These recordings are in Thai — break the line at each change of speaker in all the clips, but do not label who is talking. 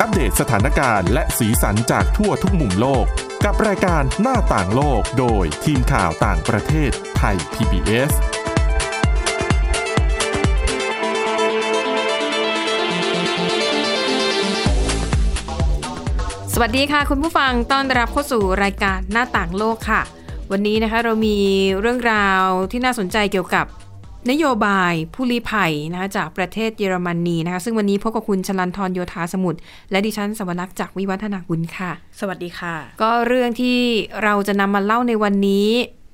อัปเดตสถานการณ์และสีสันจากทั่วทุกมุมโลก กับรายการหน้าต่างโลกโดยทีมข่าวต่างประเทศไทย PBS
สวัสดีค่ะ คุณผู้ฟังต้อนรับเข้าสู่รายการหน้าต่างโลกค่ะ วันนี้นะคะเรามีเรื่องราวที่น่าสนใจเกี่ยวกับนโยบายผู้ลี้ภัยนะคะจากประเทศเยอรมนีนะคะ ซึ่งวันนี้พบกับคุณชลันทรโยธาสมุทรและดิฉันสวรักษ์จากวิวัฒนาคุณค่ะ
สวัสดีค่ะ
ก็เรื่องที่เราจะนำมาเล่าในวันนี้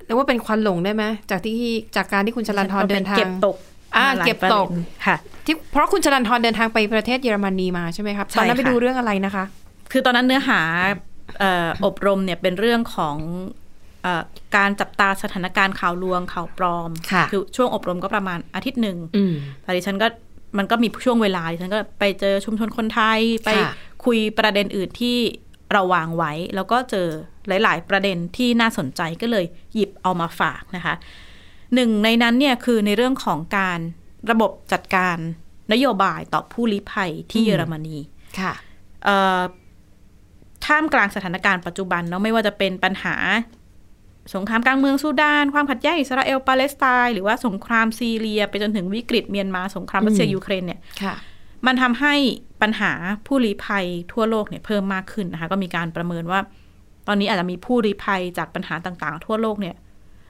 เรียกว่าเป็นควันหลงได้ไหมจากที่จากการที่คุณชลันทรเดินทาง
เก็บตก
อ่า
หลย
เก็บตก
ประด็นค่ะ
ที่เพราะคุณชลันทรเดินทางไปประเทศเยอรมนีมาใช่ไหมครับ
ใช่
ตอนนั้นไป
ค่ะ
ดูเรื่องอะไรนะคะ
คือตอนนั้นเนื้อหาเอ่ออบรมเนี่ยเป็นเรื่องของเอ่อการจับตาสถานการณ์ข่าวลวงข่าวปลอม
ค่ะ
อช่วงอบรมก็ประมาณอาทิตย์หนึ่ง
อืม
แต่ดิฉันก็มันก็มีช่วงเวลาดิฉันก็ไปเจอชุมชนคนไทย ไปคุยประเด็นอื่นที่เราวางไว้ แล้วก็เจอหลาย ๆ ประเด็นที่น่าสนใจก็เลยหยิบเอามาฝากนะคะ หนึ่งในนั้นเนี่ยคือในเรื่องของการระบบจัดการนโยบายต่อผู้ลี้ภัยที่
อืม
เยอรมนี
ค่ะ
เอ่อท่ามกลางสถานการณ์ปัจจุบันเนาะไม่ว่าจะเป็นปัญหา สงครามกลางเมืองซูดาน ความขัดแย้งอิสราเอลปาเลสไตน์หรือว่าสงครามซีเรีย ไปจนถึงวิกฤตเมียนมาสงครามรัสเซีย
อืม
ยูเครนเนี่ย
ค่ะ
มันทำให้ปัญหาผู้ลี้ภัยทั่วโลกเนี่ยเพิ่มมากขึ้นนะคะก็มีการประเมินว่า ตอนนี้อาจจะมีผู้ลี้ภัยจากปัญหาต่างๆ ทั่วโลกเนี่ย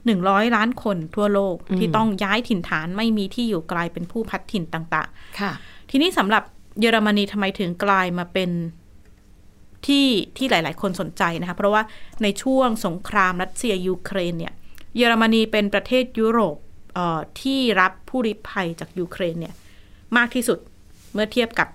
หนึ่งร้อยล้านคนทั่วโลกที่ต้องย้ายถิ่นฐานไม่มีที่อยู่กลายเป็นผู้พัดถิ่นต่างๆ
ค่ะ
ทีนี้สำหรับเยอรมนีทำไมถึงกลายมาเป็นที่ที่หลาย ๆ คนสนใจนะคะ เพราะว่าในช่วงสงครามรัสเซียยูเครนเนี่ย เยอรมนีเป็นประเทศยุโรปเอ่อที่รับผู้ริภัยจากยูเครนเนี่ย มากที่สุดเมื่อเทียบกับ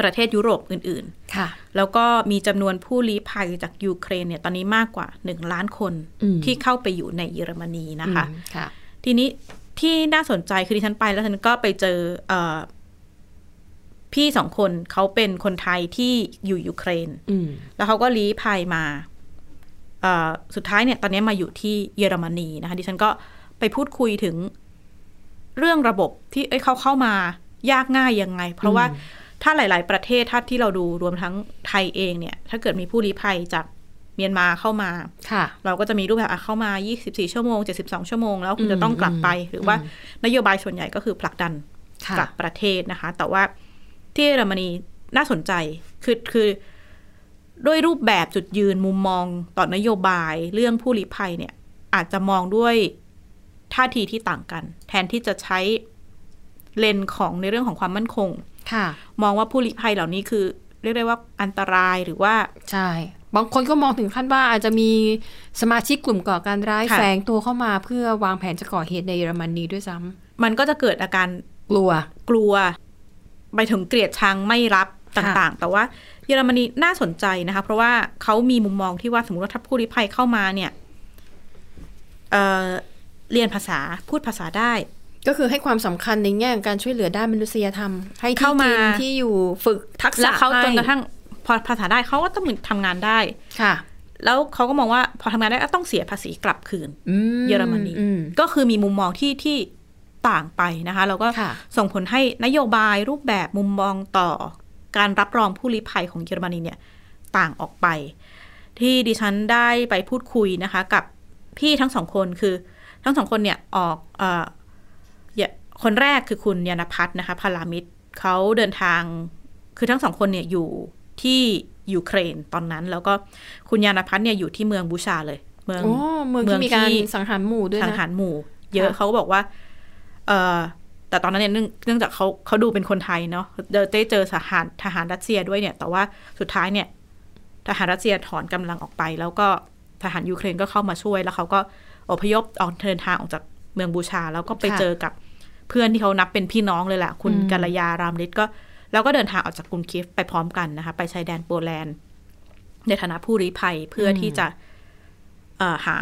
ประเทศยุโรปอื่น
ค่ะ
ๆ แล้วก็มีจำนวนผู้ลี้ภัยจากยูเครนเนี่ยตอนนี้มากกว่า 1 ล้านคน
อืม
ที่เข้าไปอยู่ในเยอรมนีนะคะ
อืมค่ะ
ทีนี้ที่น่าสนใจคือดิฉันไปแล้วฉันก็ไปเจอเออพี่สองคนเขาเป็นคนไทยที่อยู่ยูเครน
อืม
แล้วเขาก็ลี้ภัยมาเอ่อสุดท้ายเนี่ย ตอนนี้มาอยู่ที่เยอรมนีนะคะ ดิฉันก็ไปพูดคุยถึงเรื่องระบบที่เอ้ยเขาเข้ามายากง่ายยังไง เพราะว่าถ้าหลาย ๆ ประเทศถ้าที่เราดูรวมทั้งไทยเองเนี่ย ถ้าเกิดมีผู้ลี้ภัยจากเมียนมาเข้ามา
ค่ะ
เราก็จะมีรูปแบบอ่ะเข้ามา 24 ชั่วโมง 72 ชั่วโมง แล้ว
อื
คุณ
ม
จะต้องกลับไป
อืม
หรือว่านโยบายส่วนใหญ่ก็คือผลักดัน
ค่ะ
กลับประเทศนะคะ แต่ว่าที่เยอรมนีน่าสนใจ คือคือด้วยรูปแบบจุดยืนมุมมองต่อนโยบายเรื่องผู้ลี้ภัยเนี่ย อาจจะมองด้วยท่าทีที่ต่างกัน แทนที่จะใช้เลนส์ของในเรื่องของความมั่นคง
ค่ะ
มองว่าผู้ลี้ภัยเหล่านี้คือ เรียกได้ว่าอันตรายหรือว่า
ใช่ บางคนก็มองถึงขั้นว่าอาจจะมีสมาชิกกลุ่มก่อการร้าย
ค่ะ
แฝงตัวเข้ามาเพื่อวางแผนจะก่อเหตุในเยอรมนีด้วยซ้ำ
มันก็จะเกิดอาการ
กลัว
กลัวไปถึงเกลียดชังไม่รับต่างๆ แต่ว่าเยอรมนีน่าสนใจนะคะ เพราะว่าเขามีมุมมองที่ว่าสมมติว่าถ้าผู้ริภัยเข้ามาเนี่ยเอ่อเรียนภาษาพูดภาษาได้
ก็คือให้ความสำคัญในแง่ของการช่วยเหลือด้านมนุษยธรรม ให้ที่
เข้ามา
กินที่อยู่ฝึกทักษะ
และเขา
ให้
จนกระทั่งพอภาษาได้เขาก็ต้องทำงานได้
ค่ะ
แล้วเขาก็มองว่าพอทำงานได้ก็ต้องเสียภาษีกลับคืน
อื
เยอรมนี
อื
ก็คือมีมุมมองที่ที่ต่างไปนะคะแล้วก็
ค่ะ
ส่งผลให้นโยบายรูปแบบมุมมองต่อการรับรองผู้ลี้ภัยของเยอรมนีเนี่ยต่างออกไป ที่ดิฉันได้ไปพูดคุยนะคะ กับพี่ทั้งสองคนคือทั้งสองคนเนี่ยออกเออเยคนแรกคือคุณยานพัฒน์นะคะพารามิตรเขาเดินทางคือทั้งสองคนเนี่ยอยู่ที่ยูเครนตอนนั้น แล้วก็คุณยานพัฒน์เนี่ยอยู่ที่เมืองบูชาเลย เมือง
โอ้เมืองที่มีการ
เมืองที่
สังหารหมู่ด้วย
สัง
นะ
หารหมู่ เยอะ
ค่ะ
เขาก็บอกว่า เออแต่ตอนนั้นเนี่ยเนื่องเนื่องจากเขาเขาดูเป็นคนไทยเนาะเจอได้เจอทหารทหารรัสเซียด้วยเนี่ย แต่ว่าสุดท้ายเนี่ย ทหารรัสเซียถอนกำลังออกไป แล้วก็ทหารยูเครนก็เข้ามาช่วย แล้วเขาก็อพยพออกเดินทางออกจากเมืองบูชา แล้วก็ไป
ค่ะ
เจอกับเพื่อนที่เขานับเป็นพี่น้องเลยแหละคุณ
อืม
กัลยารามฤทธิ์ก็ แล้วก็เดินทางออกจากกรุงเคียฟไปพร้อมกันนะคะ ไปชายแดนโปแลนด์ ในฐานะผู้รี้ภัยเพื่อที่จะเอ่อหา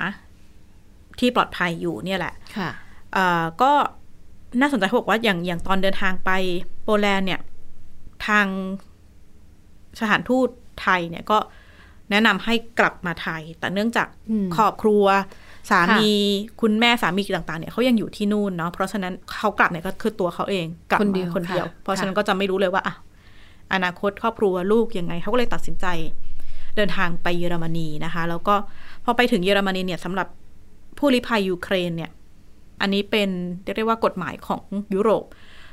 ที่ปลอดภัยอยู่เนี่ยแหละ
ค่ะ
เอ่อก็น่าสนใจเขาบอกว่าอย่างอย่างตอนเดินทางไปโปแลนด์เนี่ย ทางสถานทูตไทยเนี่ยก็แนะนำให้กลับมาไทย แต่เนื่องจาก
อืม
ครอบครัว สามีคุณแม่สามีต่างๆเนี่ยเขายังอยู่ที่นู่นเนาะเพราะฉะนั้นเขากลับเนี่ยก็คือตัวเขาเองกลับ
คนเดี
มา
ยว
คนเดียว
ค่ะ
เพราะฉะนั้น
ค่ะ
ก็จะไม่รู้เลยว่าอ่ะ อนาคตครอบครัวลูกยังไงเขาก็เลยตัดสินใจ เดินทางไปเยอรมนีนะคะ แล้วก็พอไปถึงเยอรมนีเนี่ยสำหรับผู้ลี้ภัยยูเครนเนี่ย อันนี้เป็นเรียกได้ว่ากฎหมายของยุโรป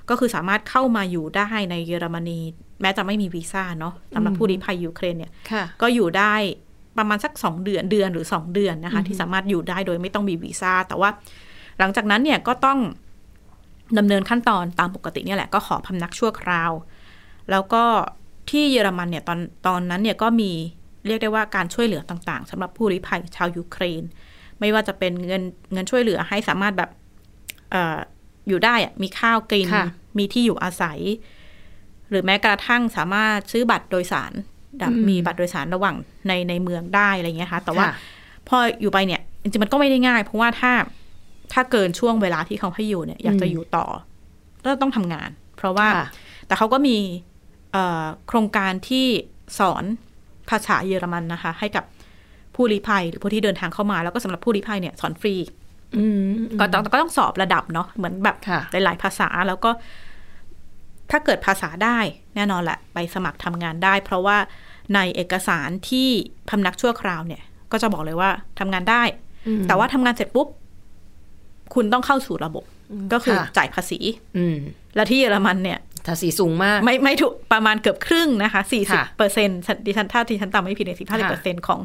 ก็คือสามารถเข้ามาอยู่ได้ในเยอรมนี แม้จะไม่มีวีซ่าเนาะสำหรับผู้ลี้ภัยยูเครนเนี่ย
ค่ะ
ก็อยู่ได้ประมาณสัก 2 เดือนเดือนหรือ 2 เดือนนะคะ
อือฮึ
ที่สามารถอยู่ได้โดยไม่ต้องมีวีซ่าแต่ว่าหลังจากนั้นเนี่ยก็ต้องดำเนินขั้นตอนตามปกติเนี่ยแหละก็ขอพำนักชั่วคราว แล้วก็ที่เยอรมันเนี่ยตอนตอนนั้นเนี่ยก็มีเรียกได้ว่าการช่วยเหลือต่างๆสำหรับผู้ลี้ภัยชาวยูเครน ไม่ว่าจะเป็นเงินเงินช่วยเหลือให้สามารถแบบเอออยู่ได้อะมีข้าวกิน
ค่ะ
มีที่อยู่อาศัย หรือแม้กระทั่งสามารถซื้อบัตรโดยสารแบบ
อืม
มีบัตรโดยสารระหว่างในในเมืองได้อะไรเงี้ยค่ะแต่ว่า
ค่ะ
พออยู่ไปเนี่ยจริงๆมันก็ไม่ได้ง่าย เพราะว่าถ้าถ้าเกินช่วงเวลาที่เขาให้อยู่เนี่ยอยากจะอยู่ต่อก็ต้องทำงาน เพราะว่า
ค่ะ
แต่เขาก็มีเอ่อโครงการที่สอนภาษาเยอรมันนะคะ ให้กับผู้ลี้ภัยหรือผู้ที่เดินทางเข้ามา แล้วก็สำหรับผู้ลี้ภัยเนี่ยสอนฟรี
อืม
ก็ต้องก็ต้องสอบระดับเนาะเหมือนแบบ
ค่ะ
หลาย ๆ ภาษาแล้วก็ถ้าเกิดภาษาได้แน่นอนแหละไปสมัครทำงานได้ เพราะว่าในเอกสารที่พำนักชั่วคราวเนี่ย ก็จะบอกเลยว่าทำงานได้
อืม
แต่ว่าทำงานเสร็จปุ๊บ คุณต้องเข้าสู่ระบบ ก็คือ
ค่ะ
จ่ายภาษี
อืม
และที่เยอรมันเนี่ย
ภาษีสูงมาก
ไม่ไม่ถูกประมาณเกือบครึ่งนะคะสี่สิบ
ค่ะ
เปอร์เซ็นต์ดิฉันถ้าดิฉันจำไม่ผิดเนี่ยสิบห้าเปอร์เซ็นต์ของ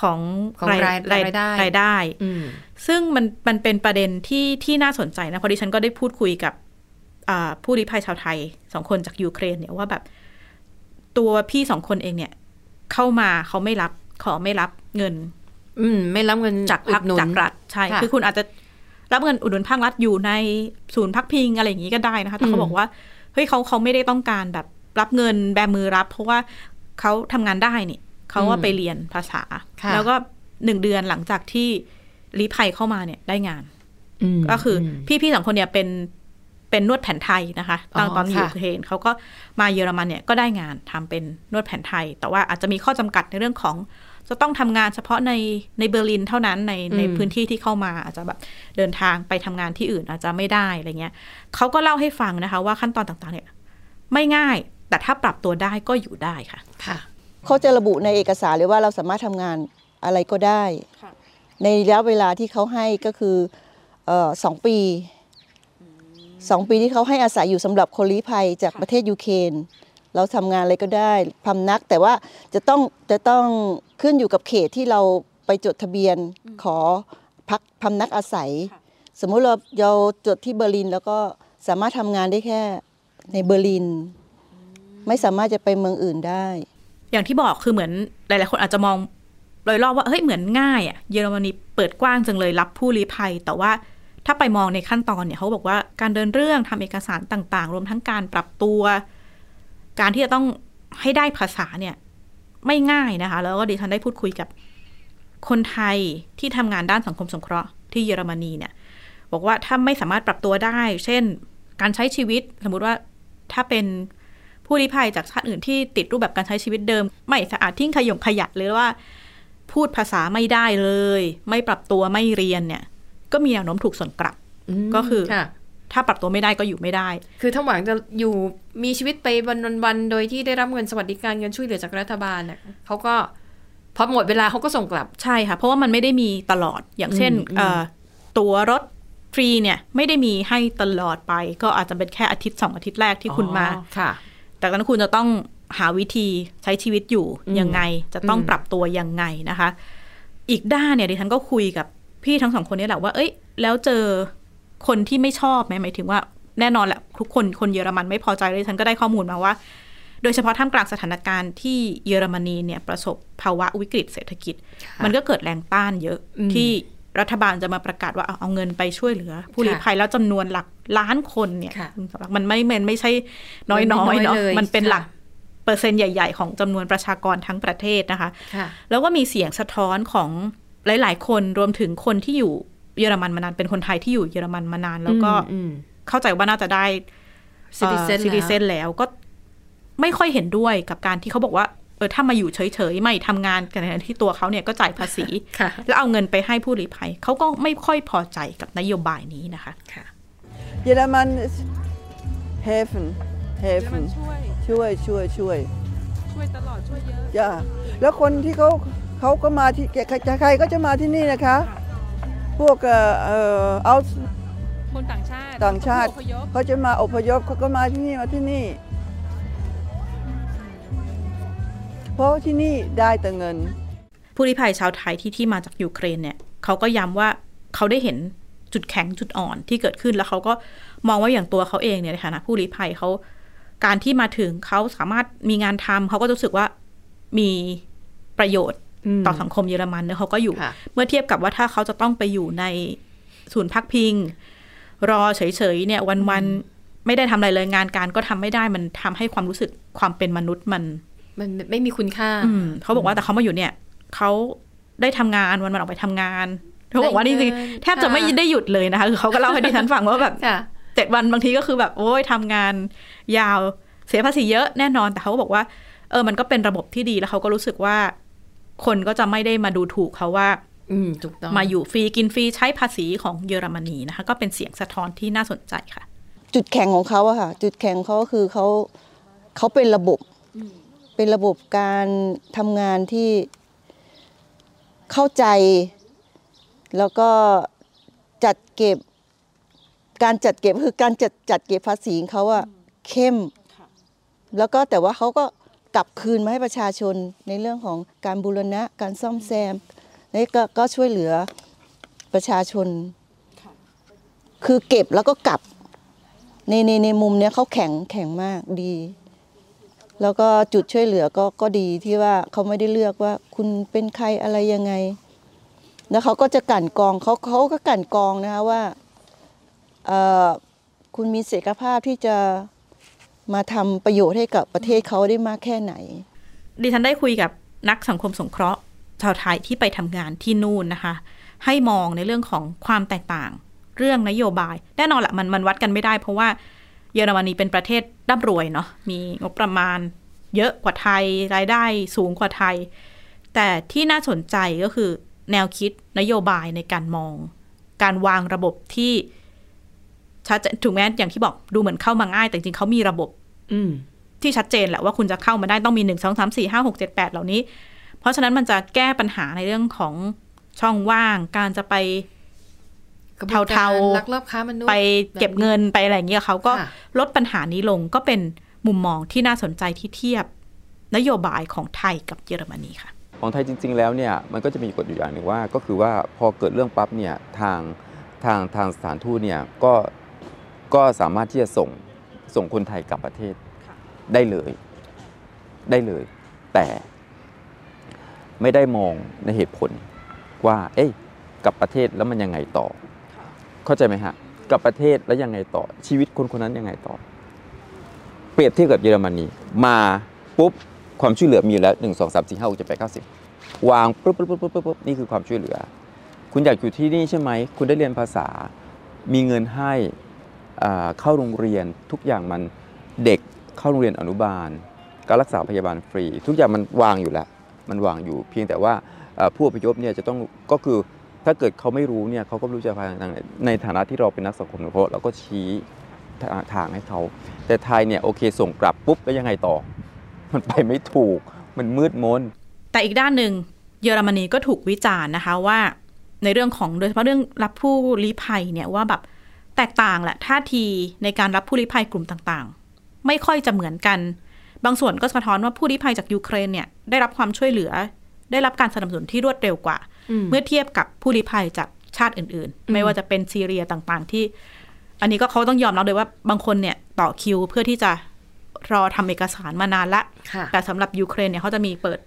ของ
ของรายรายได้
รายได้
อืม
ซึ่งมันมันเป็นประเด็นที่ที่น่าสนใจนะเพราะดิฉันก็ได้พูดคุยกับอ่าผู้ลี้ภัยชาวไทยสองคนจากยูเครนเนี่ยว่าแบบตัวพี่สองคนเองเนี่ย เข้ามาเขาไม่รับขอไม่รับเงิน
อืม ไม่รับเงิน
จากภาค
อุดหนุน
จากรัฐใช่
ค่ะ
คือคุณอาจจะรับเงินอุดหนุนภาครัฐอยู่ในศูนย์พักพิงอะไรอย่างนี้ก็ได้นะคะแต่เขา
อืม
บอกว่าเฮ้ยเขาเขาไม่ได้ต้องการแบบรับเงินแบมือรับ เพราะว่าเขาทำงานได้นี่เขาว่าไปเรียนภาษา
ค่ะ
แล้วก็หนึ่งเดือนหลังจากที่ลี้ภัยเข้ามาเนี่ยได้งาน
ม
ก็คือพี่พี่สองคนเนี่ยเป็นเป็นนวดแผนไทยนะคะตอน
อ๋อ
ตอนอ
ค่ะ
ยู่ยูเครนเขาก็มาเยอรมันเนี่ยก็ได้งานทำเป็นนวดแผนไทย แต่ว่าอาจจะมีข้อจำกัดในเรื่องของ จะต้องทำงานเฉพาะในในเบอร์ลินเท่านั้นในในพื้นที่ที่เข้ามาอาจจะแบบเดินทางไปทำงานที่อื่นอาจจะไม่ได้อะไรเงี้ยเขาก็เล่าให้ฟังนะคะว่าขั้นตอนต่างๆเนี่ยไม่ง่าย แต่ถ้าปรับตัวได้ก็อยู่ได้ค่ะ
ค่ะ
เขาจะระบุในเอกสารเลยว่าเราสามารถทำงานอะไรก็ได้
ค่ะ
ในระยะเวลาที่เขาให้ก็คือเอ่อสองปีสองปีที่เขาให้อาศัยอยู่สำหรับคนลี้ภัยจากประเทศยูเครนเราทำงานอะไรก็ได้พำนักแต่ว่าจะต้องจะต้องขึ้นอยู่กับเขตที่เราไปจดทะเบียนขอพักพำนักอาศัย สมมุติเราเราจดที่เบอร์ลิน แล้วก็สามารถทำงานได้แค่ในเบอร์ลิน ไม่สามารถจะไปเมืองอื่นได้
อย่างที่บอกคือเหมือนหลาย ๆ คนอาจจะมองลอยรอบว่าเฮ้ยเหมือนง่ายอะเยอรมนีเปิดกว้างจังเลยรับผู้ลี้ภัย แต่ว่าถ้าไปมองในขั้นตอนเนี่ยเขาบอกว่าการเดินเรื่องทำเอกสารต่าง ๆ รวมทั้งการปรับตัว การที่จะต้องให้ได้ภาษาเนี่ย ไม่ง่ายนะคะ แล้วก็ดิฉันได้พูดคุยกับคนไทยที่ทำงานด้านสังคมสงเคราะห์ที่เยอรมนีเนี่ย บอกว่าถ้าไม่สามารถปรับตัวได้ เช่น การใช้ชีวิตสมมุติว่าถ้าเป็น ผู้ลี้ภัยจากชาติอื่นที่ติดรูปแบบการใช้ชีวิตเดิม ไม่สะอาดทิ้งขยงขยะหรือว่า พูดภาษาไม่ได้เลย ไม่ปรับตัวไม่เรียนเนี่ย ก็มีแนวโน้มถูกส่วนกลับ
อืม
ก็คือ
ค่ะ
ถ้าปรับตัวไม่ได้ก็อยู่ไม่ได้
คือถ้าหวังจะอยู่มีชีวิตไปวันวันวันๆโดยที่ได้รับเงินสวัสดิการเงินช่วยเหลือจากรัฐบาลน่ะเขาก็พอหมดเวลาเขาก็ส่งกลับ
ใช่ค่ะ เพราะว่ามันไม่ได้มีตลอดอย่างเช่น
อืม
เอ่อตั๋วรถฟรีเนี่ยไม่ได้มีให้ตลอดไป ก็อาจจะเป็นแค่อาทิตย์สองอาทิตย์แรกที่คุณมา
อ๋อค่ะ
จากนั้นคุณจะต้องหาวิธีใช้ชีวิตอยู่
อืม
ยังไง จะต้อง
อืม
ปรับตัวยังไงนะคะ อีกด้านเนี่ยดิฉันก็คุยกับพี่ทั้งสองคนนี้แหละว่า เอ้ย แล้วเจอคนที่ไม่ชอบไหมหมายถึงว่าแน่นอนแหละทุกคนคนเยอรมันไม่พอใจเลยดิฉันก็ได้ข้อมูลมาว่า โดยเฉพาะท่ามกลางสถานการณ์ที่เยอรมนีเนี่ยประสบภาวะวิกฤตเศรษฐกิจ มันก็เกิดแรงต้านเยอะ
อืม
ที่รัฐบาลจะมาประกาศว่าเอาเอาเงินไปช่วยเหลือ ผู้ลี้
ค่ะ
ภัยแล้วจำนวนหลักล้านคนเนี่ย
ค่ะ
คุณสำหรับมันไม่มันไม่ใช่น้อย
มันไม่น้อยย
น้อเนาะ
เลย
มันเป็น
ค่ะ
หลักเปอร์เซ็นต์ใหญ่ ๆ ของจำนวนประชากรทั้งประเทศนะคะ
ค่ะ
แล้วก็มีเสียงสะท้อนของหลาย ๆ คนรวมถึงคนที่อยู่เยอรมันมานานเป็นคนไทยที่อยู่เยอรมันมานาน แล้วก็
อืม
เข้าใจว่าน่าจะได้
ซิติเซน
ซิติเซนแล้วก็ไม่ค่อยเห็นด้วยกับการที่เขาบอกว่าเออถ้ามาอยู่เฉยๆ ไม่ทำงานกันในที่ตัวเขาเนี่ยก็จ่ายภาษี
ค่ะ
แล้วเอาเงินไปให้ผู้ลี้ภัยเขาก็ไม่ค่อยพอใจกับนโยบายนี้นะคะ
ค่ะ
Jedermann ist helfen.
มัน
helpful
ช่วย
ช่วยช่วยช่วย
ช่วยตลอดช่วยเยอะ
จ้าแล้วคนที่เขาเขาก็มาที่ใครใครก็จะมาที่นี่นะคะ พวกเอ่อเอ่อ out
คนต่างชาติ
ต่างชาติ
ผู้อพยพ
เขาจะมาอพยพเขาก็มาที่นี่มาที่นี่ เพราะที่นี่ได้แต่เงิน
ผู้ลี้ภัยชาวไทยที่ที่มาจากยูเครนเนี่ยเขาก็ย้ำว่าเขาได้เห็นจุดแข็งจุดอ่อนที่เกิดขึ้นแล้วเขาก็มองว่าอย่างตัวเขาเองเนี่ยในฐานะผู้ลี้ภัยเขาการที่มาถึงเขาสามารถมีงานทำเขาก็รู้สึกว่ามีประโยชน์
ม
ต่อสังคมเยอรมันแล้วเขาก็อยู่
ค่ะ
เมื่อเทียบกับว่าถ้าเขาจะต้องไปอยู่ในศูนย์พักพิง รอเฉยๆเนี่ยวันๆไม่ได้ทำอะไรเลยงานการก็ทำไม่ได้มันทำให้ความรู้สึกความเป็นมนุษย์มัน
มันไม่มีคุณค่า
อืมเขาบอกว่าแต่เขามาอยู่เนี่ยเขาได้ทำงานวันมันออกไปทำงานเขาบอกว่า
ได้
นี่
เงิน
จริงแทบจะไม่
ค่ะ
ได้หยุดเลยนะคะคือเขาก็เล่าให้ดิฉันฟังว่าแบบ
ค่ะ
เจ็ดวันบางทีก็คือแบบโอ้ยทำงานยาวเสียภาษีเยอะแน่นอน แต่เขาก็บอกว่า เออมันก็เป็นระบบที่ดีแล้วเขาก็รู้สึกว่า คนก็จะไม่ได้มาดูถูกเขาว่า
อืมถูกต้อง
มาอยู่ฟรีกินฟรีใช้ภาษีของเยอรมนีนะคะ ก็เป็นเสียงสะท้อนที่น่าสนใจค่ะ
จุดแข็งของเขาอะค่ะ จุดแข็งเขาก็คือเขาเขาเป็นระบบ เป็นระบบการทำงานที่เข้าใจ แล้วก็จัดเก็บการจัดเก็บคือการจัดจัดเก็บภาษีของเขาอะเข้ม แล้วก็แต่ว่าเขาก็กลับคืนมาให้ประชาชนในเรื่องของการบูรณะการซ่อมแซมนี่ก็ก็ช่วยเหลือประชาชน คือเก็บแล้วก็กลับ ในในในมุมเนี้ยเขาแข็งแข็งมากดี แล้วก็จุดช่วยเหลือก็ก็ดีที่ว่าเขาไม่ได้เลือกว่า คุณเป็นใครอะไรยังไง แล้วเขาก็จะกลั่นกรองเขาเขาก็กลั่นกรองนะคะว่าเอ่อคุณมีศักยภาพที่จะมาทำประโยชน์ให้กับประเทศเขาได้มากแค่ไหน
ดิฉันได้คุยกับนักสังคมสงเคราะห์ชาวไทยที่ไปทำงานที่นู่นนะคะ ให้มองในเรื่องของความแตกต่าง เรื่องนโยบาย แน่นอนละมันมันวัดกันไม่ได้ เพราะว่าเยอรมนีเป็นประเทศร่ำรวยเนาะมีงบประมาณ เยอะกว่าไทยรายได้สูงกว่าไทย แต่ที่น่าสนใจก็คือแนวคิดนโยบายในการมอง การวางระบบที่ชัดเจนถึงแม้อย่างที่บอกดูเหมือนเข้ามาง่าย แต่จริงๆเขามีระบบ
อืม
ที่ชัดเจนแหละว่าคุณจะเข้ามาได้ต้องมีหนึ่งสองสามสี่ห้าหกเจ็ดแปดเหล่านี้ เพราะฉะนั้นมันจะแก้ปัญหาในเรื่องของช่องว่าง การจะไป
กระบวนกร
เทาๆ
ลักลอบค้ามนุษย์
ไปเก็บเงินไปอะไรอย่างเงี้ยเขาก็
ค่ะ
ลดปัญหานี้ลงก็เป็นมุมมองที่น่าสนใจที่เทียบนโยบายของไทยกับเยอรมนีค่ะ
ของไทยจริง ๆ แล้วเนี่ยมันก็จะมีกฎอยู่อย่างหนึ่งว่า ก็คือว่าพอเกิดเรื่องปั๊บเนี่ยทางทางทางสถานทูตเนี่ยก็ก็สามารถที่จะส่งส่งคนไทยกลับประเทศได้เลยได้เลย แต่ไม่ได้มองในเหตุผลว่า เอ๊ะกลับประเทศแล้วมันยังไงต่อ เข้าใจไหมฮะกลับประเทศแล้วยังไงต่อชีวิตคนคนนั้นยังไงต่อ เปรียบเทียบกับเยอรมนีมาปุ๊บ ความช่วยเหลือมีอยู่แล้ว 1 2 3 4 5 6 7 8 9 10 วางปุ๊บปุ๊บปุ๊บปุ๊บปุ๊บปุ๊บนี่คือความช่วยเหลือ คุณอยากอยู่ที่นี่ใช่ไหม คุณได้เรียนภาษา มีเงินให้อ่าเข้าโรงเรียนทุกอย่างมันเด็กเข้าโรงเรียนอนุบาล การรักษาพยาบาลฟรี ทุกอย่างมันวางอยู่แล้ว มันวางอยู่ เพียงแต่ว่าเอ่อผู้อพยพเนี่ยจะต้องก็คือถ้าเกิดเขาไม่รู้เนี่ยเขาก็ไม่รู้จะไปทางไหนในฐานะที่เราเป็นนักสังคมสงเคราะห์เราก็ชี้ทาทางให้เขา แต่ไทยเนี่ยโอเคส่งกลับปุ๊บแล้วยังไงต่อ มันไปไม่ถูก มันมืดมน
แต่อีกด้านหนึ่งเยอรมนีก็ถูกวิจารณ์นะคะว่าในเรื่องของโดยเฉพาะเรื่องรับผู้ลี้ภัยเนี่ยว่าแบบแตกต่างแหละท่าทีในการรับผู้ลี้ภัยกลุ่มต่างๆ ไม่ค่อยจะเหมือนกัน บางส่วนก็สะท้อนว่าผู้ลี้ภัยจากยูเครนเนี่ยได้รับความช่วยเหลือ ได้รับการสนับสนุนที่รวดเร็วกว่า
อืม
เมื่อเทียบกับผู้ลี้ภัยจากชาติอื่น
อืม
ๆ ไม่ว่าจะเป็นซีเรียต่างๆ ที่ อันนี้ก็เขาต้องยอมรับเลยว่าบางคนเนี่ยต่อคิวเพื่อที่จะรอทำเอกสารมานานละ
ค่ะ
แต่สำหรับยูเครนเนี่ยเขาจะมีเปิด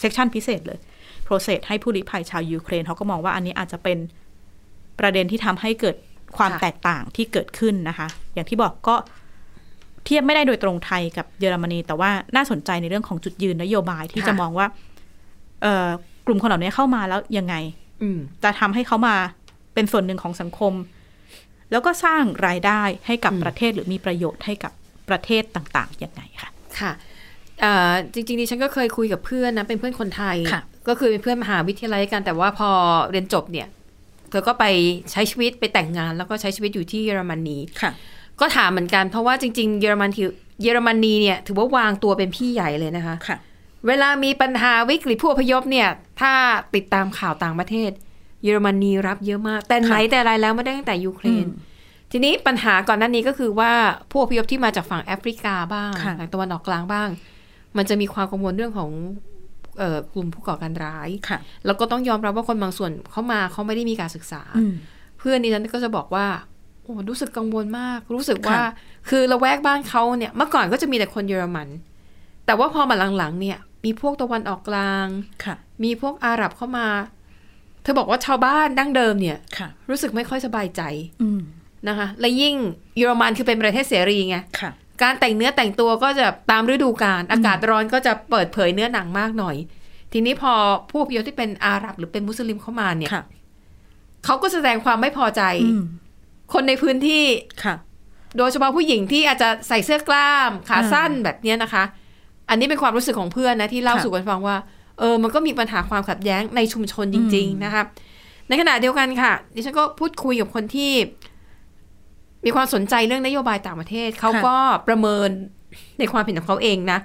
เซกชันพิเศษเลย โปรเซสให้ผู้ลี้ภัยชาวยูเครนเขาก็มองว่าอันนี้อาจจะเป็นประเด็นที่ทำให้เกิดความแตกต่างที่เกิดขึ้นนะคะ อย่างที่บอกก็เทียบไม่ได้โดยตรงไทยกับเยอรมนี แต่ว่าน่าสนใจในเรื่องของจุดยืนนโยบายที่จะมองว่าเอ่อกลุ่มคนเหล่านี้เข้ามาแล้วยังไง
อืม
จะทำให้เขามาเป็นส่วนหนึ่งของสังคม แล้วก็สร้างรายได้ให้กับ
อืม
ประเทศหรือมีประโยชน์ให้กับประเทศต่างๆยังไงค่ะ
ค่ะเอ่อจริงๆดิฉันก็เคยคุยกับเพื่อนนะ เป็นเพื่อนคนไทย
ค่ะ
ก็คือเป็นเพื่อนมหาวิทยาลัยกันแต่ว่าพอเรียนจบเนี่ยเธอก็ไปใช้ชีวิตไปแต่งงาน แล้วก็ใช้ชีวิตอยู่ที่เยอรมนี
ค่ะ
ก็ถามเหมือนกันเพราะว่าจริง ๆ เยอรมันถือ เยอรมนีเนี่ยถือว่าวางตัวเป็นพี่ใหญ่เลยนะคะ
ค่ะ
เวลามีปัญหาวิกฤตผู้อพยพเนี่ย ถ้าติดตามข่าวต่างประเทศ เยอรมนีรับเยอะมาก แต่ไหนแต่ไรแล้วมาได้ตั้งแต่ยูเครน
อืม
ทีนี้ปัญหาก่อนหน้านี้ก็คือว่าผู้อพยพที่มาจากฝั่งแอฟริกาบ้าง
ค่ะ
ทางตะวันออกกลางบ้าง มันจะมีความกังวลเรื่องของเอ่อกลุ่มผู้ก่อการร้าย
ค่ะ
แล้วก็ต้องยอมรับว่าคนบางส่วนเขามาเขาไม่ได้มีการศึกษา
อืม
เพื่อนดิฉันก็จะบอกว่าโอ้รู้สึกกังวลมาก รู้สึก
ค่ะ
ว่า คือละแวกบ้านเขาเนี่ยเมื่อก่อนก็จะมีแต่คนเยอรมัน แต่ว่าพอมาหลังๆ เนี่ย มีพวกตะวันออกกลาง
ค่ะ
มีพวกอาหรับเข้ามา เธอบอกว่าชาวบ้านดั้งเดิมเนี่ย
ค่ะ
รู้สึกไม่ค่อยสบายใจ
อืม
นะคะ และยิ่งเยอรมันคือเป็นประเทศเสรีไง
ค่ะ
การแต่งเนื้อแต่งตัวก็จะตามฤดูกาลอากาศร้อนก็จะเปิดเผยเนื้อหนังมากหน่อย ทีนี้พอผู้อพยพที่เป็นอาหรับหรือเป็นมุสลิมเข้ามาเนี่ย
ค่ะ
เขาก็แสดงความไม่พอใจ
อืม
คนในพื้นที่
ค่ะ
โดยเฉพาะผู้หญิงที่อาจจะใส่เสื้อกล้ามขาสั้นแบบเนี้ยนะคะ อันนี้เป็นความรู้สึกของเพื่อนนะที่เล่า
ค่ะ
สู่กันฟังว่า เออ มันก็มีปัญหาความขัดแย้งในชุมชนจริง
อืม
ๆ นะคะ ในขณะเดียวกันค่ะ ดิฉันก็พูดคุยกับคนที่ มีความสนใจเรื่องนโยบายต่างประเทศ เขาก็ประเมินในความเห็นของเขาเองนะ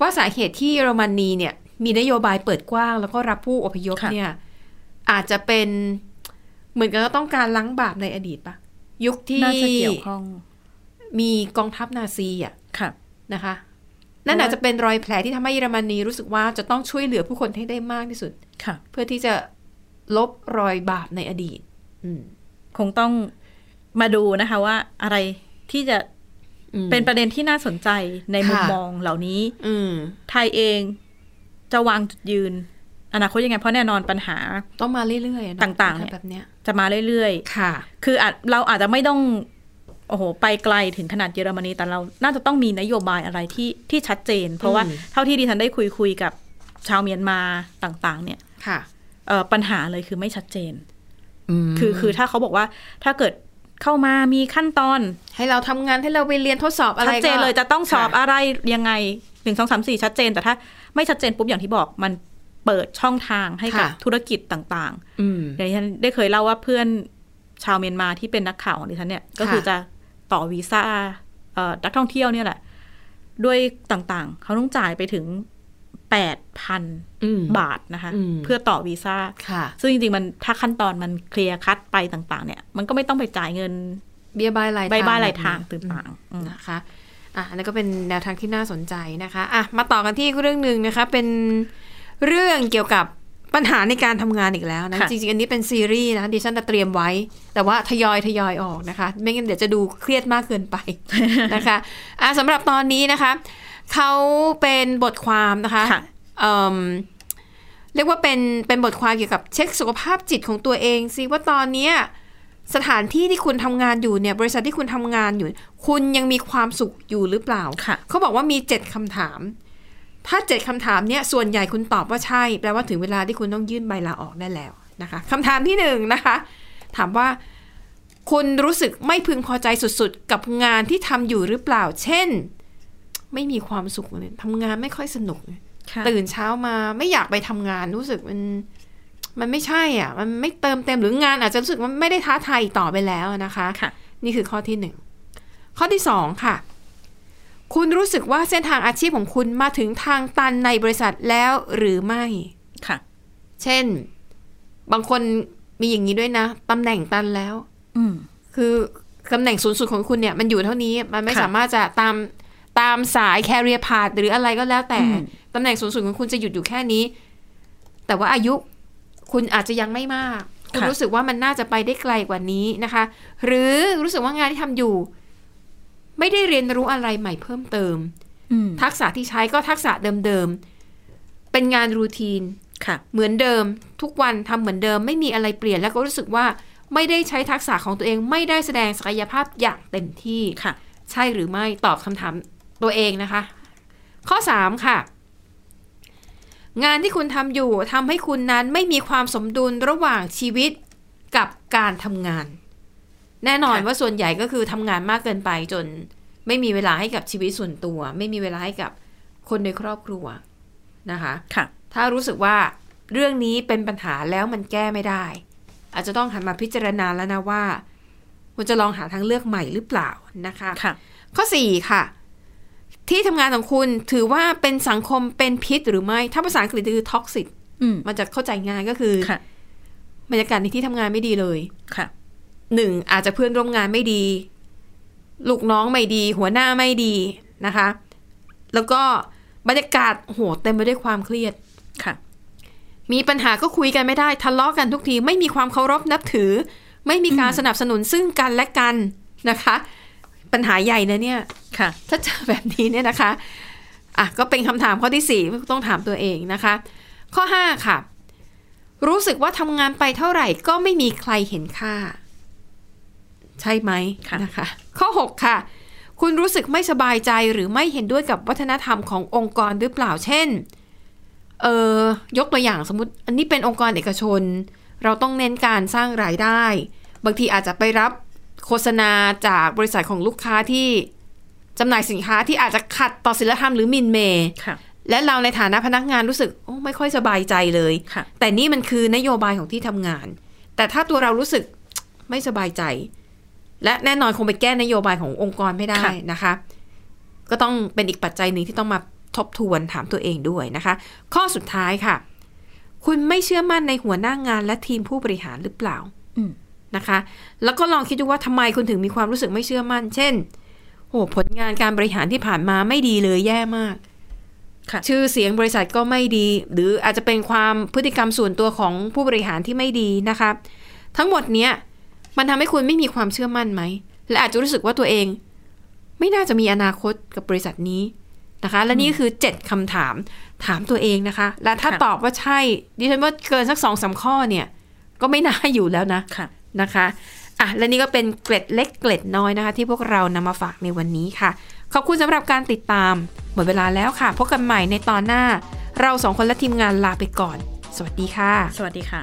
ว่าสาเหตุที่เยอรมนีเนี่ย มีนโยบายเปิดกว้าง แล้วก็รับผู้อพยพ
ค่ะ
เนี่ย อาจจะเป็นเหมือนกับว่าต้องการล้างบาปในอดีตปะยุคที่
น่าจะเกี่ยวข้อง
มีกองทัพนาซีอ่ะ
ค่ะ
นะคะ นั่นอาจจะเป็นรอยแผลที่ทำให้เยอรมนีรู้สึกว่าจะต้องช่วยเหลือผู้คนให้ได้มากที่สุด
ค่ะ
เพื่อที่จะลบรอยบาปในอดีต อืม
คงต้องมาดูนะคะว่าอะไรที่จะ
อืม
เป็นประเด็นที่น่าสนใจในมุม
ค่ะ
มองเหล่านี้
อืม
ไทยเองจะวางจุดยืน อนาคตยังไง เพราะแน่นอนปัญหา
ต้องมาเรื่อยๆเนอะ
ต่างๆ
ปัญหแบบเนี้ย
จะมาเรื่อย
ค่ะ
ๆ คืออาจเราอาจจะไม่ต้อง โอ้โห ไปไกลถึงขนาดเยอรมนี แต่เรา น่าจะต้องมีนโยบายอะไรที่ที่ชัดเจน เพราะว่า
อืม
เท่าที่ดิฉันได้คุยคุยกับชาวเมียนมาต่างๆ เนี่ย
ค่ะ
เอ่อปัญหาเลยคือไม่ชัดเจน
ม
คือคือถ้าเขาบอกว่าถ้าเกิดเข้ามามีขั้นตอน
ให้เราทำงานให้เราไปเรียนทดสอบอะไร
ชัด
ก็
เจนเลยจะต้องสอบ
ค่ะ
อะไรยังไงหนึ่งสองสามสี่ชัดเจน แต่ถ้าไม่ชัดเจนปุ๊บอย่างที่บอกมันเปิดช่องทางให้กับ
ค่ะ
ธุรกิจต่าง
อืม
ๆเดี๋ยวดิฉันได้เคยเล่าว่าเพื่อนชาวเมียนมาที่เป็นนักข่าวของดิฉันเนี่ยก็คือจะต่อวีซ่าเอ่อนักท่องเที่ยวเนี่ยแหละ ด้วยต่างๆ เขาต้องจ่ายไปถึงแปดพัน
อืม
บาทนะคะ
อืม
เพื่อต่อวีซ่า
ค่ะ
ซึ่งจริงๆมันถ้าขั้นตอนมันเคลียร์คัดไปต่าง ๆ เนี่ย มันก็ไม่ต้องไปจ่ายเงิน
เบี้ยบายลายทาง
ใบบ้าหลายทาง
แบบ
ต
นี้
่างๆอืม
นะคะ อ่ะอันนั้นก็เป็นแนวทางที่น่าสนใจนะคะ อ่ะ มาต่อกันที่เรื่องหนึ่งนะคะ เป็นเรื่องเกี่ยวกับปัญหาในการทำงานอีกแล้วนะ
ค่ะ
จริงๆ อันนี้เป็นซีรีส์นะดิฉันจะเตรียมไว้ แต่ว่าทยอยทยอยออกนะคะ ไม่งั้นเดี๋ยวจะดูเครียดมากเกินไป นะคะ อ่ะสำหรับตอนนี้นะคะ เขาเป็นบทความนะคะ
ค่ะ
เอิ่มเรียกว่าเป็นเป็นบทความเกี่ยวกับเช็คสุขภาพจิตของตัวเองสิว่าตอนเนี้ยสถานที่ที่คุณทำงานอยู่เนี่ย บริษัทที่คุณทำงานอยู่ คุณยังมีความสุขอยู่หรือเปล่า
ค่ะ
เขาบอกว่ามีเจ็ดคำถาม ถ้าเจ็ดคำถามเนี่ยส่วนใหญ่คุณตอบว่าใช่ แปลว่าถึงเวลาที่คุณต้องยื่นใบลาออกได้แล้วนะคะคำถามที่หนึ่งนะคะ ถามว่า คุณรู้สึกไม่พึงพอใจสุดๆ กับงานที่ทำอยู่หรือเปล่า เช่น ไม่มีความสุขเลยทำงานไม่ค่อยสนุกเลย
ค่ะ
ตื่นเช้ามาไม่อยากไปทำงานรู้สึกมันมันไม่ใช่อ่ะ มันไม่เติมเต็มหรืองานอาจจะรู้สึกมันไม่ได้ท้าทายอีกต่อไปแล้วนะคะ
ค่ะ
นี่คือข้อที่หนึ่งข้อที่สองค่ะ คุณรู้สึกว่าเส้นทางอาชีพของคุณมาถึงทางตันในบริษัทแล้วหรือไม่
ค่ะ
เช่น บางคนมีอย่างนี้ด้วยนะตำแหน่งตันแล้ว
อืม
คือตำแหน่งสูงสุดของคุณเนี่ย มันอยู่เท่านี้มันไม่
ค่ะ
สามารถจะตามตามสาย career path หรืออะไรก็แล้วแต่
อืม
ตำแหน่งสูงสุดของคุณจะหยุดอยู่แค่นี้ แต่ว่าอายุคุณอาจจะยังไม่มาก คุณ
ค่ะ
รู้สึกว่ามันน่าจะไปได้ไกลกว่านี้นะคะ หรือรู้สึกว่างานที่ทำอยู่ ไม่ได้เรียนรู้อะไรใหม่เพิ่มเติม
อืม
ทักษะที่ใช้ก็ทักษะเดิมๆเป็นงานรูทีน
ค่ะ
เหมือนเดิมทุกวันทำเหมือนเดิมไม่มีอะไรเปลี่ยนแล้วก็รู้สึกว่าไม่ได้ใช้ทักษะของตัวเอง ไม่ได้แสดงศักยภาพอย่างเต็มที่
ค่ะ
ใช่หรือไม่ตอบคำถามตัวเองนะคะ ข้อ 3 ค่ะ งานที่คุณทำอยู่ทำให้คุณนั้นไม่มีความสมดุลระหว่างชีวิตกับการทำงาน แน่นอน
ค่ะ
ว่าส่วนใหญ่ก็คือทำงานมากเกินไปจนไม่มีเวลาให้กับชีวิตส่วนตัว ไม่มีเวลาให้กับคนในครอบครัวนะคะ
ค่ะ
ถ้ารู้สึกว่าเรื่องนี้เป็นปัญหาแล้วมันแก้ไม่ได้ อาจจะต้องหันมาพิจารณาแล้วนะว่าคุณจะลองหาทางเลือกใหม่หรือเปล่านะคะ
ค่ะ
ข้อ 4 ค่ะ ที่ทำงานของคุณถือว่าเป็นสังคมเป็นพิษหรือไม่ ถ้าภาษาอังกฤษคือท็อกซิก
อืม
มันจะเข้าใจง่ายก็คือ
ค่ะ
บรรยากาศในที่ทำงานไม่ดีเลย
ค่ะ
หนึ่งอาจจะเพื่อนร่วมงานไม่ดี ลูกน้องไม่ดี หัวหน้าไม่ดีนะคะ แล้วก็บรรยากาศโอ้โหเต็มไปด้วยความเครียด
ค่ะ
มีปัญหาก็คุยกันไม่ได้ทะเลาะกันทุกที ไม่มีความเคารพนับถือ ไม่มีการสนับสนุนซึ่งกันและกันนะคะ ปัญหาใหญ่นะเนี่ย
ค่ะ
ถ้าเจอแบบนี้เนี่ยนะคะ อ่ะก็เป็นคำถามข้อที่ 4 ต้องถามตัวเองนะคะ ข้อ 5 ค่ะ รู้สึกว่าทำงานไปเท่าไหร่ก็ไม่มีใครเห็นค่า ใช่ไหม
ค่ะ
นะคะ ข้อ 6 ค่ะ คุณรู้สึกไม่สบายใจหรือไม่เห็นด้วยกับวัฒนธรรมขององค์กรหรือเปล่าเช่น เออยกตัวอย่างสมมติ อันนี้เป็นองค์กรเอกชน เราต้องเน้นการสร้างรายได้ บางทีอาจจะไปรับโฆษณาจากบริษัทของลูกค้าที่ จำหน่ายสินค้าที่อาจจะขัดต่อศีลธรรมหรือหมินเหม
ค่ะ
และเราในฐานะพนักงานรู้สึกโอ้ไม่ค่อยสบายใจเลย
ค่ะ
แต่นี่มันคือนโยบายของที่ทำงาน แต่ถ้าตัวเรารู้สึก ไม่สบายใจ และแน่นอนคงไปแก้นโยบายขององค์กรไม่ได้
ค่ะ
นะคะ ก็ต้องเป็นอีกปัจจัยหนึ่งที่ต้องมาทบทวนถามตัวเองด้วยนะคะ ข้อสุดท้ายค่ะ คุณไม่เชื่อมั่นในหัวหน้างานและทีมผู้บริหารหรือเปล่า
อืม
นะคะ แล้วก็ลองคิดดูว่าทำไมคุณถึงมีความรู้สึกไม่เชื่อมั่น เช่น โหผลงานการบริหารที่ผ่านมาไม่ดีเลยแย่มาก
ค่ะ
ชื่อเสียงบริษัทก็ไม่ดี หรืออาจจะเป็นความพฤติกรรมส่วนตัวของผู้บริหารที่ไม่ดีนะคะ ทั้งหมดเนี้ยมันทำให้คุณไม่มีความเชื่อมั่นไหม และอาจจะรู้สึกว่าตัวเอง ไม่น่าจะมีอนาคตกับบริษัทนี้นะคะ และนี่ก็คือ 7คำถามถามตัวเองนะคะ และถ้า
ค่ะ
ตอบว่าใช่ ดิฉันว่าเกินสักสองสามข้อเนี่ย ก็ไม่น่าอยู่แล้วนะ
ค่ะ
นะคะ อ่ะ และนี่ก็เป็นเกร็ดเล็กเกร็ดน้อยนะคะ ที่พวกเรานำมาฝากในวันนี้ค่ะ ขอบคุณสำหรับการติดตาม หมดเวลาแล้วค่ะ พบกันใหม่ในตอนหน้า เราสองคนและทีมงานลาไปก่อน สวัสดีค่ะ
สวัสดีค่ะ